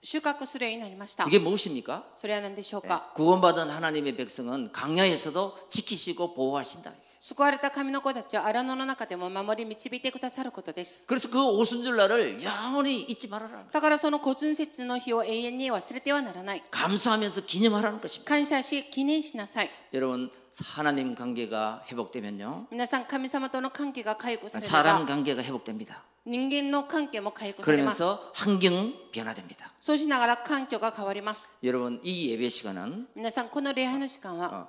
Speaker 2: 収穫するようになりました。
Speaker 1: 이게 무엇입니까?
Speaker 2: それは何でしょうか
Speaker 1: 구원받은 하나님의 백성은 강야에서도 지키시고 보호하신다.
Speaker 2: 救われた神の子たちを荒野の中でも守り導いてくださることです。
Speaker 1: 그래서 그 오순절 날을 영원히 잊지 말아라.
Speaker 2: だからその古春節の日を永遠に忘れてはならない。
Speaker 1: 감사하면서 기념하라는 것입니다.
Speaker 2: 感謝し記念しなさい。
Speaker 1: 여러분 하나님 관계가 회복되면요.
Speaker 2: 皆さん神様との関係が回復されれ
Speaker 1: 사람
Speaker 2: ば
Speaker 1: 관계가 회복됩니다.
Speaker 2: 人間の関係も回復されます。
Speaker 1: 그러면서 환경 변화됩니다.
Speaker 2: そうしながら環境が変わります。
Speaker 1: 여러분 이 예배 시간은
Speaker 2: 皆さんこの礼拝の時間
Speaker 1: 어,
Speaker 2: は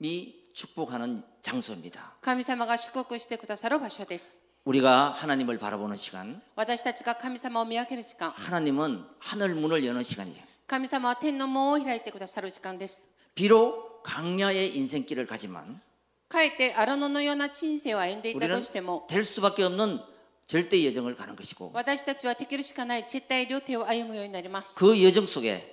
Speaker 1: 하나님이 축복하는 장소입니다.
Speaker 2: 神様が祝福してくださる場所です。
Speaker 1: 우리가 하나님을 바라보는 시간,
Speaker 2: 私たちが神様を見分ける時間、
Speaker 1: 하나님은 하늘 문을 여는 시간이에요.
Speaker 2: 神様は天の門を開いてくださる時間です。
Speaker 1: 비록 강야의 인생길을 가지만
Speaker 2: かえって荒野のような人生を歩んでいた
Speaker 1: 우리는
Speaker 2: としても、
Speaker 1: 될 수밖에 없는 절대 여정을 가는 것이고
Speaker 2: 私たちはできるしかない絶対両手を歩むようになります。
Speaker 1: 그 여정 속에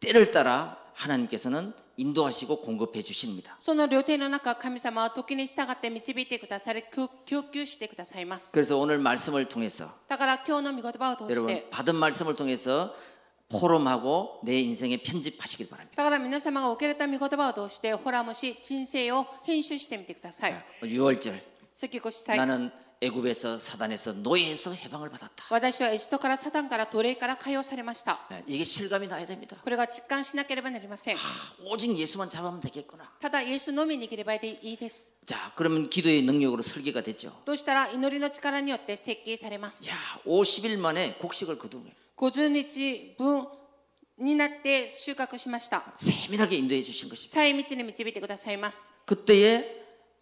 Speaker 1: 때를 따라 하나님께서는 인도하시고 공급해 주십니다.
Speaker 2: その両手の中、神様は時に従って導いてくださり、供供給してくださいます。
Speaker 1: 그래서 오늘 말씀을 통해서
Speaker 2: だから今日の御言葉を通して、
Speaker 1: 여러분 받은 말씀을 통해서 포럼하고 내 인생에 편집하시길 바랍니다.
Speaker 2: だから皆様が受けられた御言葉を通して、ホラーもし、人生を編集してみてください。
Speaker 1: 6월절
Speaker 2: 月越し祭。
Speaker 1: 나는 애굽에서 사단에서 노예에서 해방을 받았다.
Speaker 2: 私はエジプトからサタンから奴隷から解放されました。
Speaker 1: 예, 이게 실감이 나야 됩니다.
Speaker 2: これが実感しなければなりません。
Speaker 1: 아, 오직 예수만 잡으면 되겠구나.
Speaker 2: ただ、イエスのみ握ればいいです。
Speaker 1: 자, 그러면 기도의 능력으로 설계가 됐죠.
Speaker 2: どうしたら祈りの力によって設計されます。
Speaker 1: 야, 50일 만에 곡식을 거두면
Speaker 2: 50日分になって収穫しました。
Speaker 1: 세밀하게 인도해 주신 것입니다.
Speaker 2: 細道に導いてくださいます。
Speaker 1: 그때의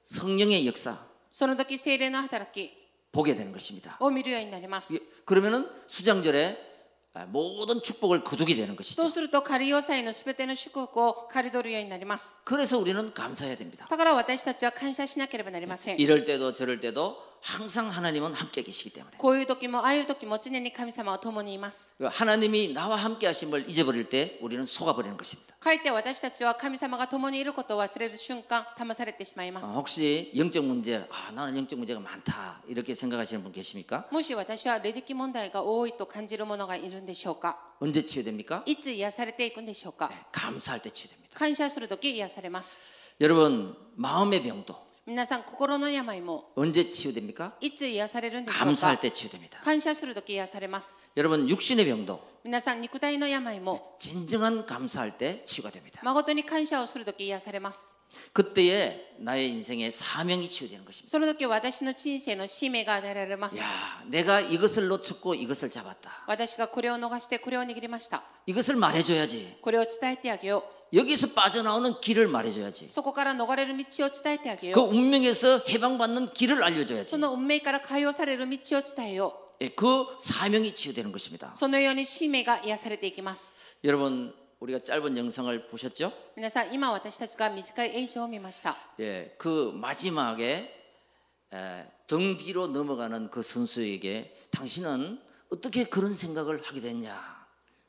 Speaker 1: 성령의 역사
Speaker 2: その時精霊の働き
Speaker 1: 보게 되는 것입니다.
Speaker 2: を見るようになります
Speaker 1: 예, 。 그러면은 수장절에 아, 모든 축복을 거두게 되는
Speaker 2: そう
Speaker 1: 것이죠.
Speaker 2: すると仮要塞のすべての祝福を刈り取るようになります。
Speaker 1: 그래서 우리는 감사해야 됩니다.
Speaker 2: だから私たちは感謝しなければなりません。
Speaker 1: 이럴 때도 저럴 때도 항상 하나님은 함께 계시기 때문에 그
Speaker 2: こういう時もああいう時も常に神様は共にいます。
Speaker 1: 하나님이 나와 함께 하심을 잊어버릴 때 우리는 속아버리는 것입니다.
Speaker 2: かえって私たちは神様が共にいることを忘れる瞬間、騙されてしまいま
Speaker 1: 아,
Speaker 2: す。
Speaker 1: 혹시 영적 문제, 아, 나는 영적 문제가 많다 이렇게 생각하시는 분 계십니까?
Speaker 2: もし私はレデキ問題が多いと感じる者がいるんでしょうか
Speaker 1: 언제 치유됩니까?
Speaker 2: いつ癒されていくんでしょうか
Speaker 1: 감사할 때 치유됩니다.
Speaker 2: 感謝する時癒されます。
Speaker 1: 여러분 마음의 병도
Speaker 2: 皆皆さん心の病も
Speaker 1: 언제 치유됩니까?
Speaker 2: いつ癒されるんでしょう
Speaker 1: 감사할
Speaker 2: か
Speaker 1: 때 치유됩니다.
Speaker 2: 感謝するとき癒されます
Speaker 1: 여러분 육신의 병도
Speaker 2: 皆さん肉体の病も
Speaker 1: 진정한 감사할 때 치유가 됩니다.
Speaker 2: 誠に感謝をするとき癒されます
Speaker 1: 그때에 나의 인생의 사명이 치유되는 것입니다.
Speaker 2: その時私の人生の使命が与えられます
Speaker 1: 야, 내가 이것을 놓쳤고 이것을 잡았다.
Speaker 2: 私がこれを逃してこれを握りました
Speaker 1: 이것을 말해줘야지.
Speaker 2: これを伝えてあげよ
Speaker 1: 여기서 빠져나오는 길을 말해줘야지.
Speaker 2: うそこから逃れる道を伝えてあげ
Speaker 1: 그
Speaker 2: よう
Speaker 1: 운명에서 해방받는 길을
Speaker 2: そ
Speaker 1: 알려줘야지.
Speaker 2: の運命から解放される道を伝えよ
Speaker 1: 예, 그 사명이 치유되는 것입니다.
Speaker 2: うそのように使命が癒されていきます
Speaker 1: 여러분 우리가 짧은 영상을 보셨죠?
Speaker 2: 皆さん今私たちが短い映像を見ました
Speaker 1: 예, 그 마지막에 에, 등 뒤로 넘어가는 그 선수에게 당신은 어떻게 그런 생각을 하게 됐냐?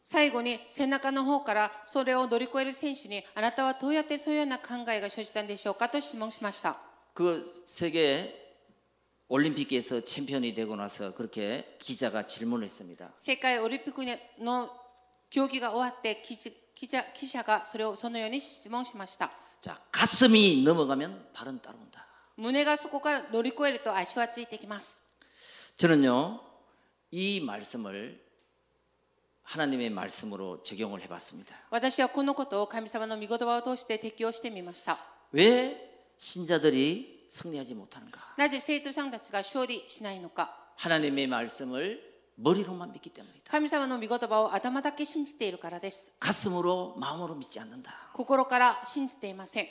Speaker 2: 最後に背中の方からそれを乗り越える選手にあなたはどうやってそういうような考えが生じたんでしょうかと質問しました
Speaker 1: 그 세계 올림픽에서 챔피언이 되고 나서 그렇게 기자가 질문했습니다.
Speaker 2: 世界オリンピックの競技が終わって記事記者記者がそれをそのように質問しました
Speaker 1: 자, 가슴이 넘어가면 발은 따라온다.
Speaker 2: 胸がそこから乗り越えると足はついてきます
Speaker 1: 저는요 이 말씀을 하나님의 말씀으로 적용을 해봤습니다.
Speaker 2: 私はこのことを神様の御言葉を通して適用してみました
Speaker 1: 왜 신자들이 승리하지 못하는가?
Speaker 2: なぜ生徒さんたちが勝利しないのか
Speaker 1: 하나님의 말씀을 머리로만 믿기 때문이다.
Speaker 2: 神様の御言葉を頭だけ信じているからです
Speaker 1: 가슴으로 마음으로 믿지 않는다.
Speaker 2: 心から信じていません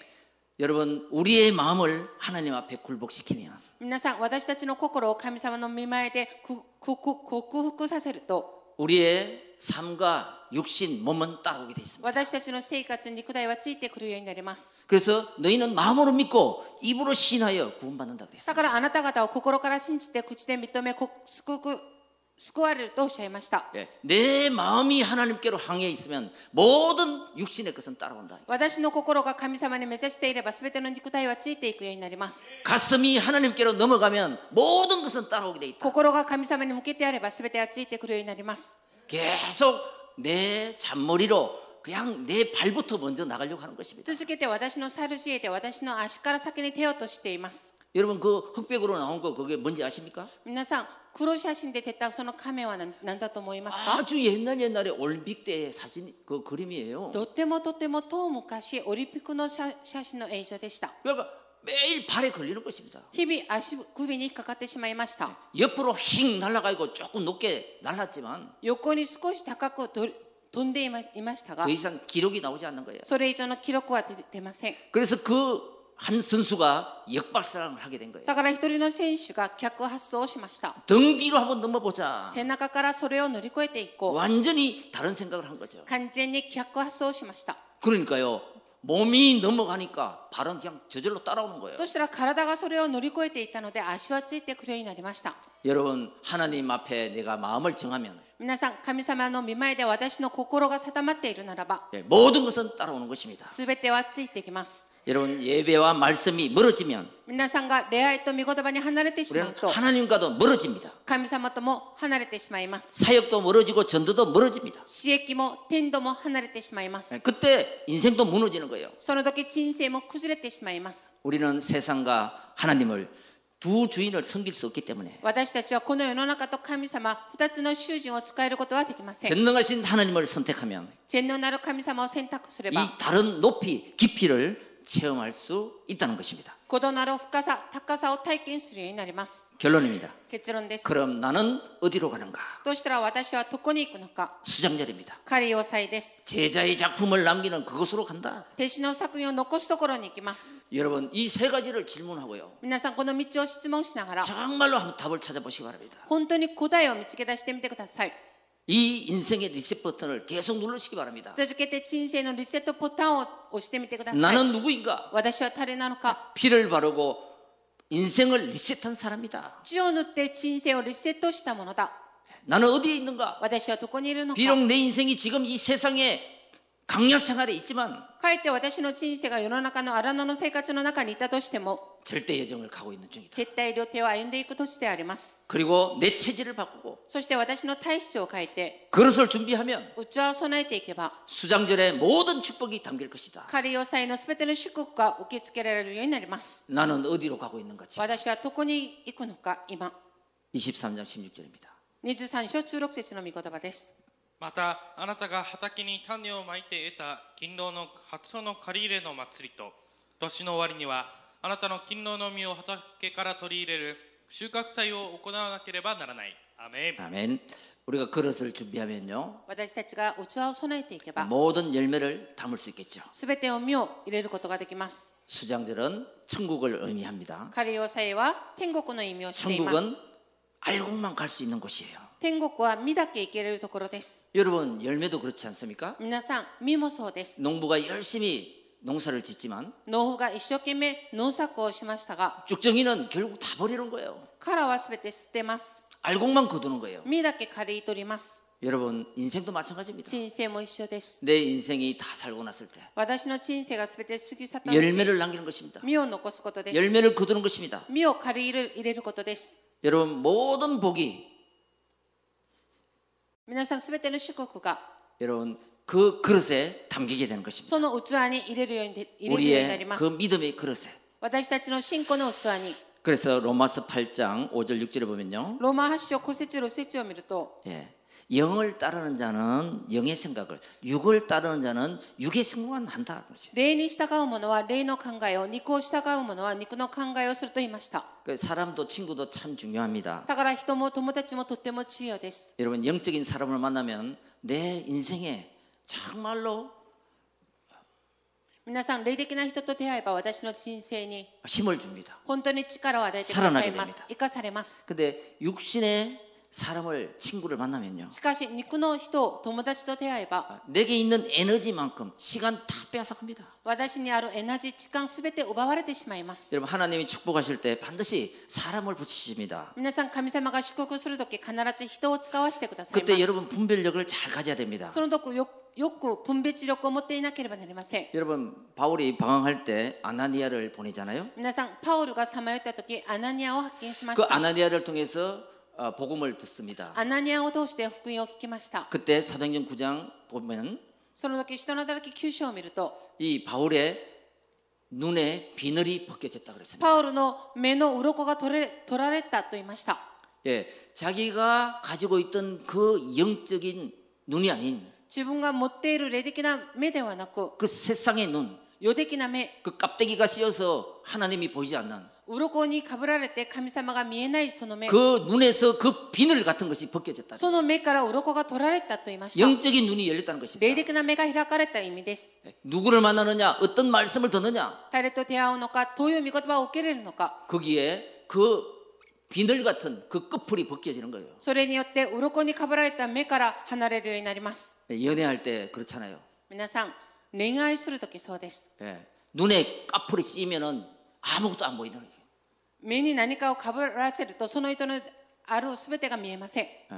Speaker 1: 여러분 우리의 마음을 하나님 앞에 굴복시키면
Speaker 2: 皆さん私たちの心を神様の御前でくくく克服させると
Speaker 1: 우리의 삶과 육신 몸은 따라오게 돼 있습니다.
Speaker 2: 私たちの生活に肉体はついてくるようになります
Speaker 1: 그래서 너희는 마음으로 믿고 입으로 신하여 구원받는다고 했어요.
Speaker 2: だからあなた方を心から信じて口で認めこ救く救われるとおっしゃいました
Speaker 1: 예, 내 마음이 하나님께로 항해 있으면 모든 육신의 것은 따라온다.
Speaker 2: 私の心が神様に目指していれば全ての肉体はついていくようになります
Speaker 1: 가슴이 하나님께로 넘어가면 모든 것은 따라오게 돼 있다.
Speaker 2: 心が神様に向けてあれば全てはついてくるようになります
Speaker 1: 계속 내 잔머리로 그냥 내 발부터 먼저 나가려고 하는 것입니다.
Speaker 2: 続けて私の猿知恵で私の足から先に手を落としています
Speaker 1: 여러분 그 흑백으로 나온 거 그게 뭔지 아십니까?
Speaker 2: 皆さん黒写真で出たその亀は何何だと思いますか
Speaker 1: 아주 옛날 옛날에 올림픽 때 사진 그 그림이에요.
Speaker 2: とてもとても遠昔オリンピックの写写真の映像でした
Speaker 1: 그러니까 매일 발에 걸리는 것입니다.
Speaker 2: 日々足首に引っかかってしまいました
Speaker 1: 옆으로 휙 날아가 있고 조금 높게 날랐지만
Speaker 2: 横に少し高くと飛んでいまいましたが
Speaker 1: 더 이상 기록이 나오지 않는 거예요.
Speaker 2: それ以上の記録は出出ません
Speaker 1: 그래서 그 한 선수가 역발상을 하게 된 거예요.
Speaker 2: だから一人の選手が脚発想をしました
Speaker 1: 등 뒤로 한번 넘어보자.
Speaker 2: 背中からそれを乗り越えていこ
Speaker 1: 완전히 다른 생각을 한 거죠.
Speaker 2: う完全に脚発想をしました
Speaker 1: 그러니까요. 몸이 넘어가니까 발은 그냥 저절로 따라오는 거예요.
Speaker 2: そしたら体がそれを乗り越えていたので足はついてくるようになりました
Speaker 1: 여러분 하나님 앞에 내가 마음을 정하면
Speaker 2: 皆さん神様の御前で私の心が定まっているならば
Speaker 1: 예, 모든 것은 따라오는 것입니다.
Speaker 2: 全てはついてきます
Speaker 1: 여러분 예배와 말씀이 멀어지면
Speaker 2: 皆さんが恋愛と御言葉に離れてしま
Speaker 1: 우리는
Speaker 2: うと
Speaker 1: 하나님과도 멀어집니다.
Speaker 2: 神様とも離れてしまいます
Speaker 1: 사역도 멀어지고 전도도 멀어집니다.
Speaker 2: 刺激も天道も離れてしまいま
Speaker 1: 예,
Speaker 2: す
Speaker 1: 그때 인생도 무너지는 거예요.
Speaker 2: その時人生も崩れてしまいます
Speaker 1: 우리는 세상과 하나님을 두 주인을 섬길 수 없기 때문에
Speaker 2: 私たちはこの世の中と神様二つの囚人を使えることはできません
Speaker 1: 전능하신 하나님을 선택하면
Speaker 2: 全能なる神様を選択すれ
Speaker 1: 이
Speaker 2: ば
Speaker 1: 다른 높이 깊이를 체험할 수 있다는 것입니다.
Speaker 2: 異なる深さ高さを体験するようになります
Speaker 1: 결론입니다.
Speaker 2: 結論です
Speaker 1: 그럼 나는 어디로 가는가?
Speaker 2: どうしたら私はどこに行くのか
Speaker 1: 수장절입니다.
Speaker 2: 仮要塞です
Speaker 1: 제자의 작품을 남기는 그것으로 간다.
Speaker 2: 弟子の作品を残すところに行きます
Speaker 1: 여러분 이 세 가지를 질문하고요.
Speaker 2: 皆さんこの道を質問しながら
Speaker 1: 정말로 한번 답을 찾아보시기 바랍니다.
Speaker 2: 本当に答えを見つけ出してみてください
Speaker 1: 이 인생의 리셋 버튼을 계속 누르시기 바랍니다.
Speaker 2: 続けて人生のリセットボタンを押してみてください
Speaker 1: 나는 누구인가?
Speaker 2: 私は誰なのか
Speaker 1: 피를 바르고 인생을 리셋한 사람이다.
Speaker 2: 血を塗って人生をリセットしたものだ
Speaker 1: 나는 어디에 있는가?
Speaker 2: 私はどこにいるのか
Speaker 1: 비록 내 인생이 지금 이 세상에 강요 생활에 있지만
Speaker 2: かえって私の人生が世の中の荒野の生活の中にいたとしても
Speaker 1: 절대 여정을 가고 있는 중이다.
Speaker 2: 絶対両手を歩んでいく年であります
Speaker 1: 그리고 내 체질을 바꾸고
Speaker 2: そして私の体質を変えて
Speaker 1: 그릇을 준비하면
Speaker 2: 器を備えていけば
Speaker 1: 수장절의 모든 축복이 담길 것이다.
Speaker 2: 狩り要塞のすべての祝福が受け付けられるようになります
Speaker 1: 나는 어디로 가고 있는가? 지금
Speaker 2: 私はどこに行くのか今
Speaker 1: 23장 16절입니다.
Speaker 2: 23章中6節の御言葉です
Speaker 3: またあなたが畑に種をまいて得た勤労の初穂の借り入れの祭りと年の終わりにはあなたの勤労の実を畑から取り入れる収穫祭を行わなければならないアメン
Speaker 1: 아멘. 우리가 그릇을 준비하면요.
Speaker 2: 私たちが器を備えていけば
Speaker 1: 모든 열매를 담을 수 있겠죠.
Speaker 2: すべてを身を入れることができます
Speaker 1: 수장절은 천국을 의미합니다.
Speaker 2: 狩り要塞は天国の意味をしています
Speaker 1: 천국은 알고만 갈 수 있는 곳이에요.
Speaker 2: 天国は身だけ行けれるところです
Speaker 1: 여러분 열매도 그렇지 않습니까?
Speaker 2: 皆さん身もそうです
Speaker 1: 농부가 열심히 농사를 짓지만
Speaker 2: 農夫が一生懸命農作をしましたが
Speaker 1: 쭉정이는 결국 다 버리는 거예요.
Speaker 2: 殻はすべて捨てます
Speaker 1: 알곡만 거두는 거예요.
Speaker 2: 身だけ刈り取ります
Speaker 1: 여러분 인생도 마찬가지입니다.
Speaker 2: 人生も一緒です
Speaker 1: 내 인생이 다 살고 났을 때
Speaker 2: 私の人生がすべて過ぎ去った後
Speaker 1: 열매를 남기는 것입니다.
Speaker 2: 身を残すことです
Speaker 1: 열매를 거두는 것입니다.
Speaker 2: 身を刈り入れる入れることです
Speaker 1: 여러분 모든 복이
Speaker 2: 皆さんすべての祝福が
Speaker 1: 여러분 그 그릇에 담기게 되는 것입니다.
Speaker 2: その器に入れるようにで入れるようになり
Speaker 1: 우리의
Speaker 2: ま
Speaker 1: 그
Speaker 2: す
Speaker 1: 믿음의 그릇에.
Speaker 2: 私たちの信仰の器に
Speaker 1: 그래서 로마서 8장 5절 6절에 보면요.
Speaker 2: ローマ8章5節6節を見ると
Speaker 1: 예. 영을 따르는 자는 영의 생각을, 육을 따르는 자는 육의 생각만 한다. 그러지.
Speaker 2: 霊に従う者は霊の考えを肉を従う者は肉の考えをすると言いました
Speaker 1: 그 사람도 친구도 참 중요합니다.
Speaker 2: だから人も友達もとっても重要です
Speaker 1: 여러분 영적인 사람을 만나면 내 인생에 정말로
Speaker 2: 皆さん霊的な人と出会えば私の人生に
Speaker 1: 힘을 줍니다.
Speaker 2: 本当に力を与えてくださいま
Speaker 1: 살아나게됩니
Speaker 2: す
Speaker 1: 다
Speaker 2: 生かされます
Speaker 1: 근데 육신의 사람을 친구를 만나면요.
Speaker 2: しかし肉の人を友達と出会えば
Speaker 1: 아, 내게 있는 에너지만큼 시간 다 빼앗아갑니다.
Speaker 2: 私にあるエナジー時間すべて奪われてしまいます
Speaker 1: 여러분 하나님이 축복하실 때 반드시 사람을 붙이십니다.
Speaker 2: 皆さん神様が祝福するとき必ず人を使わせてくださいま
Speaker 1: 그때
Speaker 2: す
Speaker 1: 여러분 분별력을 잘 가져야 됩니다.
Speaker 2: その時よよく分別力を持っていなければなりません
Speaker 1: 여러분 바울이 방황할 때 아나니아를 보내잖아요.
Speaker 2: 皆さんパウルがさまよった時アナニアを発見しまし
Speaker 1: 그
Speaker 2: た
Speaker 1: 아나니아를 통해서 어, 복음을 듣습니다.
Speaker 2: アナニアを通して福音を聞きました。
Speaker 1: 그때 사도행전 9장 보면
Speaker 2: その時、人の働き9章を見ると、
Speaker 1: 이 바울의 눈에 비늘이 벗겨졌다 그랬습니다.
Speaker 2: パウルの目の鱗が取れ取られたと言いました。
Speaker 1: 예, 자기가 가지고 있던 그 영적인 눈이 아닌
Speaker 2: 自分が持っている霊的な目ではなく、
Speaker 1: 그 세상의 눈,
Speaker 2: 世的な目、
Speaker 1: 그 깍대기가 씌어서 하나님이 보이지 않는
Speaker 2: 鱗にかぶられて神様が見えないその目、
Speaker 1: 그 눈에서 그 비늘 같은 것이 벗겨졌다.
Speaker 2: その目から鱗が取られたと言いました。
Speaker 1: 영적인 눈이 열렸다는
Speaker 2: 霊
Speaker 1: 것입니다.
Speaker 2: 的な目が開かれた意味です。
Speaker 1: 예, 누구를 만나느냐, 어떤 말씀을 듣느냐,
Speaker 2: 誰と出会うのか、どういう見言葉を受けれるのか、
Speaker 1: 거기에 그 비늘 같은 그 끝풀이 벗겨지는 거예요.
Speaker 2: それによって鱗にかぶられた目から離れるようになります。
Speaker 1: 예, 연애할 때 그렇잖아요.
Speaker 2: 皆さん、恋愛する時そうです。
Speaker 1: 예, 눈에 까풀이 씌면은 아무것도 안 보이는 거예요.
Speaker 2: 目に何かをかぶらせるとその人のある全てが見えません
Speaker 1: 예.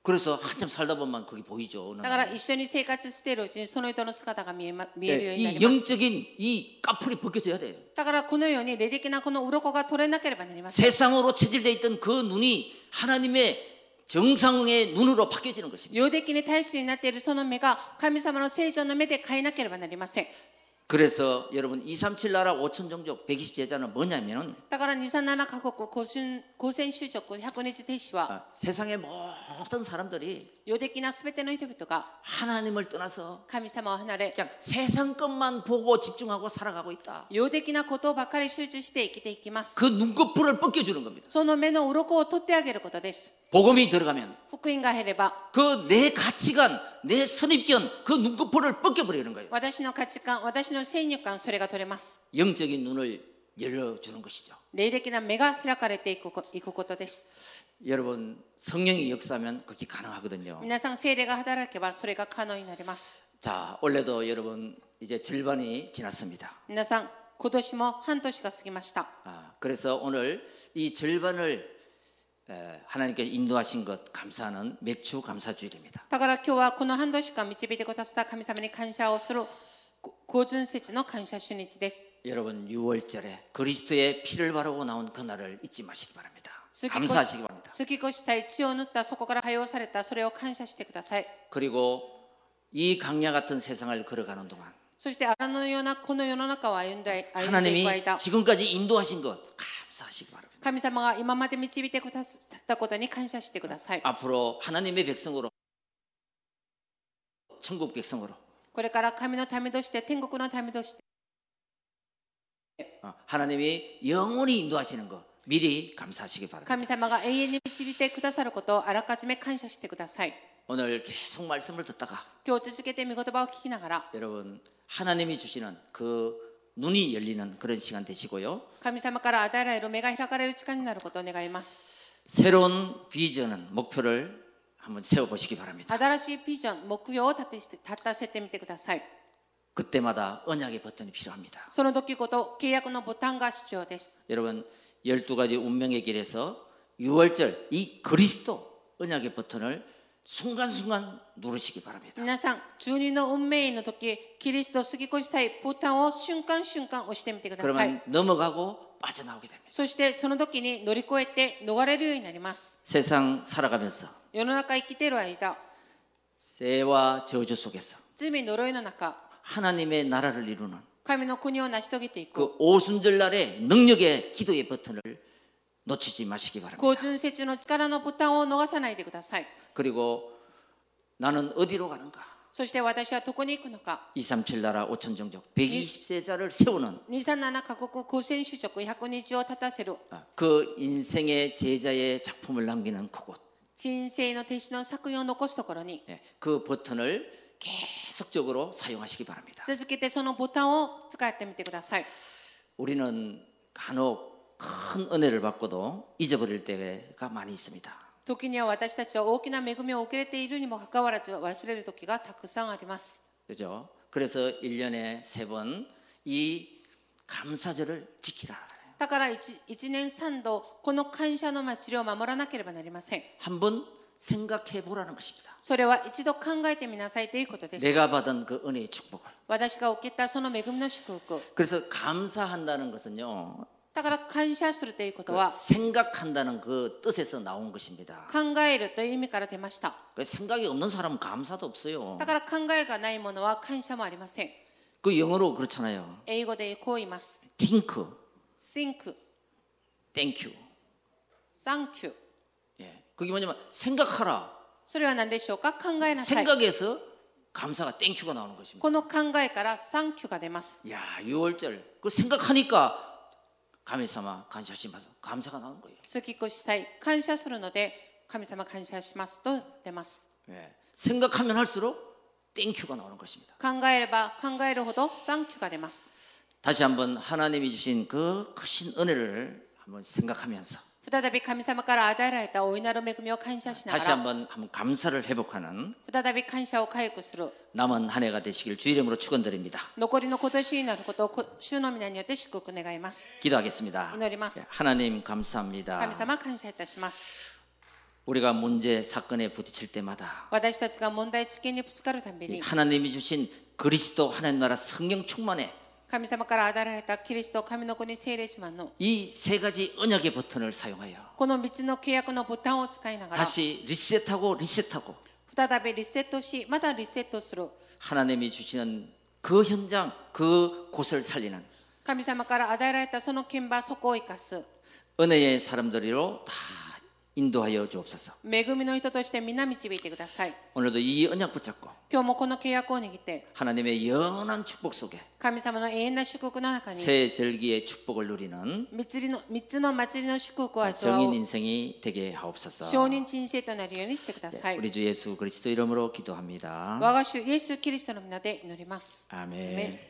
Speaker 1: 그래서 한참 살다 보면 그게 보이죠. 어느
Speaker 2: だから
Speaker 1: 날.
Speaker 2: 一緒に生活しているうちにその人の姿が見え,、ま、見えるよ
Speaker 1: 예,
Speaker 2: うにな
Speaker 1: 이
Speaker 2: ります
Speaker 1: 영적인 이 까풀이 벗겨져야 돼요.
Speaker 2: だからこのように霊的なこの鱗が取れなければなりません
Speaker 1: 세상으로 체질되어 있던 그 눈이 하나님의 정상의 눈으로 바뀌어지는 것입니다.
Speaker 2: 陽的に対してになっているその目が神様の聖女の目で変えなければなりません
Speaker 1: 그래서 여러분 237 나라 5천 종족 120 제자는 뭐냐면은
Speaker 2: だから237カ国5000種族100日停止は
Speaker 1: 아, 세상의 모든 사람들이
Speaker 2: 陽的な全ての人々が
Speaker 1: 하나님을 떠나서
Speaker 2: 神様を離れ
Speaker 1: 그냥 세상 것만 보고 집중하고 살아가고 있다.
Speaker 2: 陽的なことばかり集中して生きていきます
Speaker 1: 그 눈꺼풀을 벗겨주는 겁니다.
Speaker 2: その目の鱗を取ってあげることです
Speaker 1: 복음이 들어가면
Speaker 2: 福音が減れば
Speaker 1: 그 내 가치관, 내 선입견, 그 눈꺼풀을 벗겨버리는 거예요.
Speaker 2: 私の価値観、私の先入観、それが取れます。
Speaker 1: 영적인 눈을 열어주는 것이죠.
Speaker 2: 霊的な目が開かれていくこいくことです。
Speaker 1: 여러분 성령이 역사하면 그게 가능하거든요.
Speaker 2: 皆さん、精霊が働けば、それが可能になります。
Speaker 1: 자 올해도 여러분 이제 절반이 지났습니다.
Speaker 2: 皆さん、今年も半年が過ぎました。
Speaker 1: 아 그래서 오늘 이 절반을 에, 하나님께서 인도하신 것 감사하는 맥주 감사주일입니다.
Speaker 2: だから今日はこの半年間導いてくださった神様に感謝をするご五巡節の感謝主日です。
Speaker 1: 여러분 6월절에 그리스도의 피를 바르고 나온 그날을 잊지 마시기 바랍니다.
Speaker 2: 過ぎ越し
Speaker 1: 감사하시기 바랍니다.
Speaker 2: 過ぎ越し祭、血を塗った、そこから解放された、それを感謝してください。
Speaker 1: 그리고 이 강야 같은 세상을 걸어가는 동안
Speaker 2: そして、あのような、この世の中を歩んで、歩んでいく
Speaker 1: 하나님이
Speaker 2: 間、
Speaker 1: 지금까지 인도하신 것 감사하시기 바랍니다.
Speaker 2: 神様が今まで導いてくださったことに感謝してください。
Speaker 1: 앞으로 하나님의 백성으로 천국 백성으로
Speaker 2: これから神の民として、天国の民として、
Speaker 1: 어, 하나님이 영원히 인도하시는 것 미리 감사하시기 바랍니다.
Speaker 2: 神様が永遠に導いてくださることをあらかじめ感謝してください。
Speaker 1: 오늘 계속 말씀을 듣다가
Speaker 2: 今日続けて御言葉を聞きながら、
Speaker 1: 여러분 하나님이 주시는 그 눈이 열리는 그런 시간 되시고요.
Speaker 2: 神様から与えられる目が開かれる時間になることを願います。
Speaker 1: 새로운 비전은 목표를 한번 세워 보시기 바랍니다.
Speaker 2: 新しいビジョン、目標を立てして立たせてみてください。
Speaker 1: 그때마다 언약의 버튼이 필요합니다.
Speaker 2: その時ごと契約のボタンが必要です。
Speaker 1: 여러분 12가지 운명의 길에서 6월절 이 그리스도 언약의 버튼을 순간순간 누르시기 바랍니다.
Speaker 2: 皆さん、中二の運命の時、キリスト過ぎ越し際、ボタンを瞬間瞬間押してみてくださ
Speaker 1: 그러면
Speaker 2: い。
Speaker 1: 넘어가고 빠져나오게 됩니다.
Speaker 2: そしてその時に乗り越えて逃れるようになります。
Speaker 1: 세상 살아가면서
Speaker 2: 世の中生きている間、
Speaker 1: 세와 저주 속에서
Speaker 2: 罪呪いの中、
Speaker 1: 하나님의 나라를 이루는
Speaker 2: 神の国を成し遂げていく。
Speaker 1: 그 오순절 날의 능력의 기도의 버튼을 놓치지 마시기 바랍니다.
Speaker 2: 高純節の力のボタンを逃さないでください。
Speaker 1: 그리고 나는 어디로 가는가?
Speaker 2: そして私はどこに行くのか。
Speaker 1: 237 나라 5천 종족 120세자를 세우는
Speaker 2: 237カ国5000種族100日を立たせる
Speaker 1: 아, 그 인생의 제자의 작품을 남기는 그곳
Speaker 2: 人生の弟子の作品を残すところに
Speaker 1: 예, 그 버튼을 계속적으로 사용하시기 바랍니다.
Speaker 2: 続けてそのボタンを使ってみてください
Speaker 1: 우리는 간혹 큰 은혜를 받고도 잊어버릴 때가 많이 있습니다.
Speaker 2: 時には私たちは大きな恵みを受けれているにもかかわらず忘れる時がたくさんあります
Speaker 1: 그죠? 그래서 1년에 세 번 이 감사절을 지키라.
Speaker 2: だから 1, 一年3度この感謝の祭りを守らなければなりません
Speaker 1: 한번 생각해 보라는 것입니다.
Speaker 2: それは一度考えてみなさいということです
Speaker 1: 내가 받은 그 은혜의 축복을.
Speaker 2: 私が受けたその恵みの祝福
Speaker 1: 그래서 감사한다는 것은요.
Speaker 2: だから感謝するということ
Speaker 1: 그
Speaker 2: は
Speaker 1: 생각한다는 그 뜻에서 나온 것입니다.
Speaker 2: 考えるという意味から出ました
Speaker 1: 그 생각이 없는 사람은 감사도 없어요.
Speaker 2: だから考えがないものは感謝もありません
Speaker 1: 그 영어로 그렇잖아요.
Speaker 2: 英語でこう言います。
Speaker 1: think,
Speaker 2: think,
Speaker 1: thank you.
Speaker 2: thank you。
Speaker 1: 예. 그게 뭐냐면 생각하라.
Speaker 2: それは何でしょうか考えなさい。
Speaker 1: 생각에서 감사가 땡큐가 나오는 것입니다.
Speaker 2: この考えから thank you が出ます。
Speaker 1: 야, 6월절. 그 생각하니까 감사마 감사하시면서 감사가 나오는 거예요.
Speaker 2: 月越し祭、感謝するので、神様感謝しますと出ます。
Speaker 1: 예. 생각하면 할수록 땡큐가 나오는 것입니다.
Speaker 2: 考えれば考えるほど thank you が出ます。
Speaker 1: 다시 한번 하나님이 주신 그 크신 은혜를 한번 생각하면서
Speaker 2: 再び神様から与えられた大いなる恵みを感謝しなが
Speaker 1: 다시
Speaker 2: ら、
Speaker 1: 한번 한번 감사를 회복하는
Speaker 2: 再び感謝を回復する、
Speaker 1: 남은 한 해가 되시길 주 이름으로 축원드립니다.
Speaker 2: 残りの今年になることをこ、主の皆によって祝福願います。
Speaker 1: 기도하겠습니다.
Speaker 2: 기도드립니다.
Speaker 1: 예, 하나님 감사합니다.
Speaker 2: 神様感謝いたします。
Speaker 1: 우리가 문제 사건에 부딪힐 때마다
Speaker 2: 私たちが問題知見にぶつかるたび
Speaker 1: 이
Speaker 2: に、
Speaker 1: 하나님이 주신 그리스도 하나님 나라 성령 충만에
Speaker 2: 神様から与えられたキリスト神の子に聖霊自慢の
Speaker 1: 이 세 가지 언약의 버튼을 사용하여
Speaker 2: この道の契約のボタンを使いながら
Speaker 1: 다시 리셋하고 리셋하고
Speaker 2: 再びリセットしまたリセットする
Speaker 1: 하나님이 주시는 그 현장 그 곳을 살리는
Speaker 2: 神様から与えられたその現場そこを生かす
Speaker 1: 은혜의 사람들로 다 인도하여 주옵소서.
Speaker 2: 恵みの人として皆導いてください
Speaker 1: 오늘도 이 언약 붙잡고
Speaker 2: 今日もこの契約を握って
Speaker 1: 하나님의 영원한 축복 속에
Speaker 2: 神様の永遠な祝福の中に
Speaker 1: 새 절기의 축복을 누리는
Speaker 2: 三つの三つの祭りの祝福を味わお
Speaker 1: 정인
Speaker 2: う
Speaker 1: 인생이 되게 하옵소서.
Speaker 2: 承認人生となるようにしてください
Speaker 1: 우리 주 예수 그리스도 이름으로 기도합니다.
Speaker 2: 我が主イエス・キリストの皆で祈ります
Speaker 1: 아멘.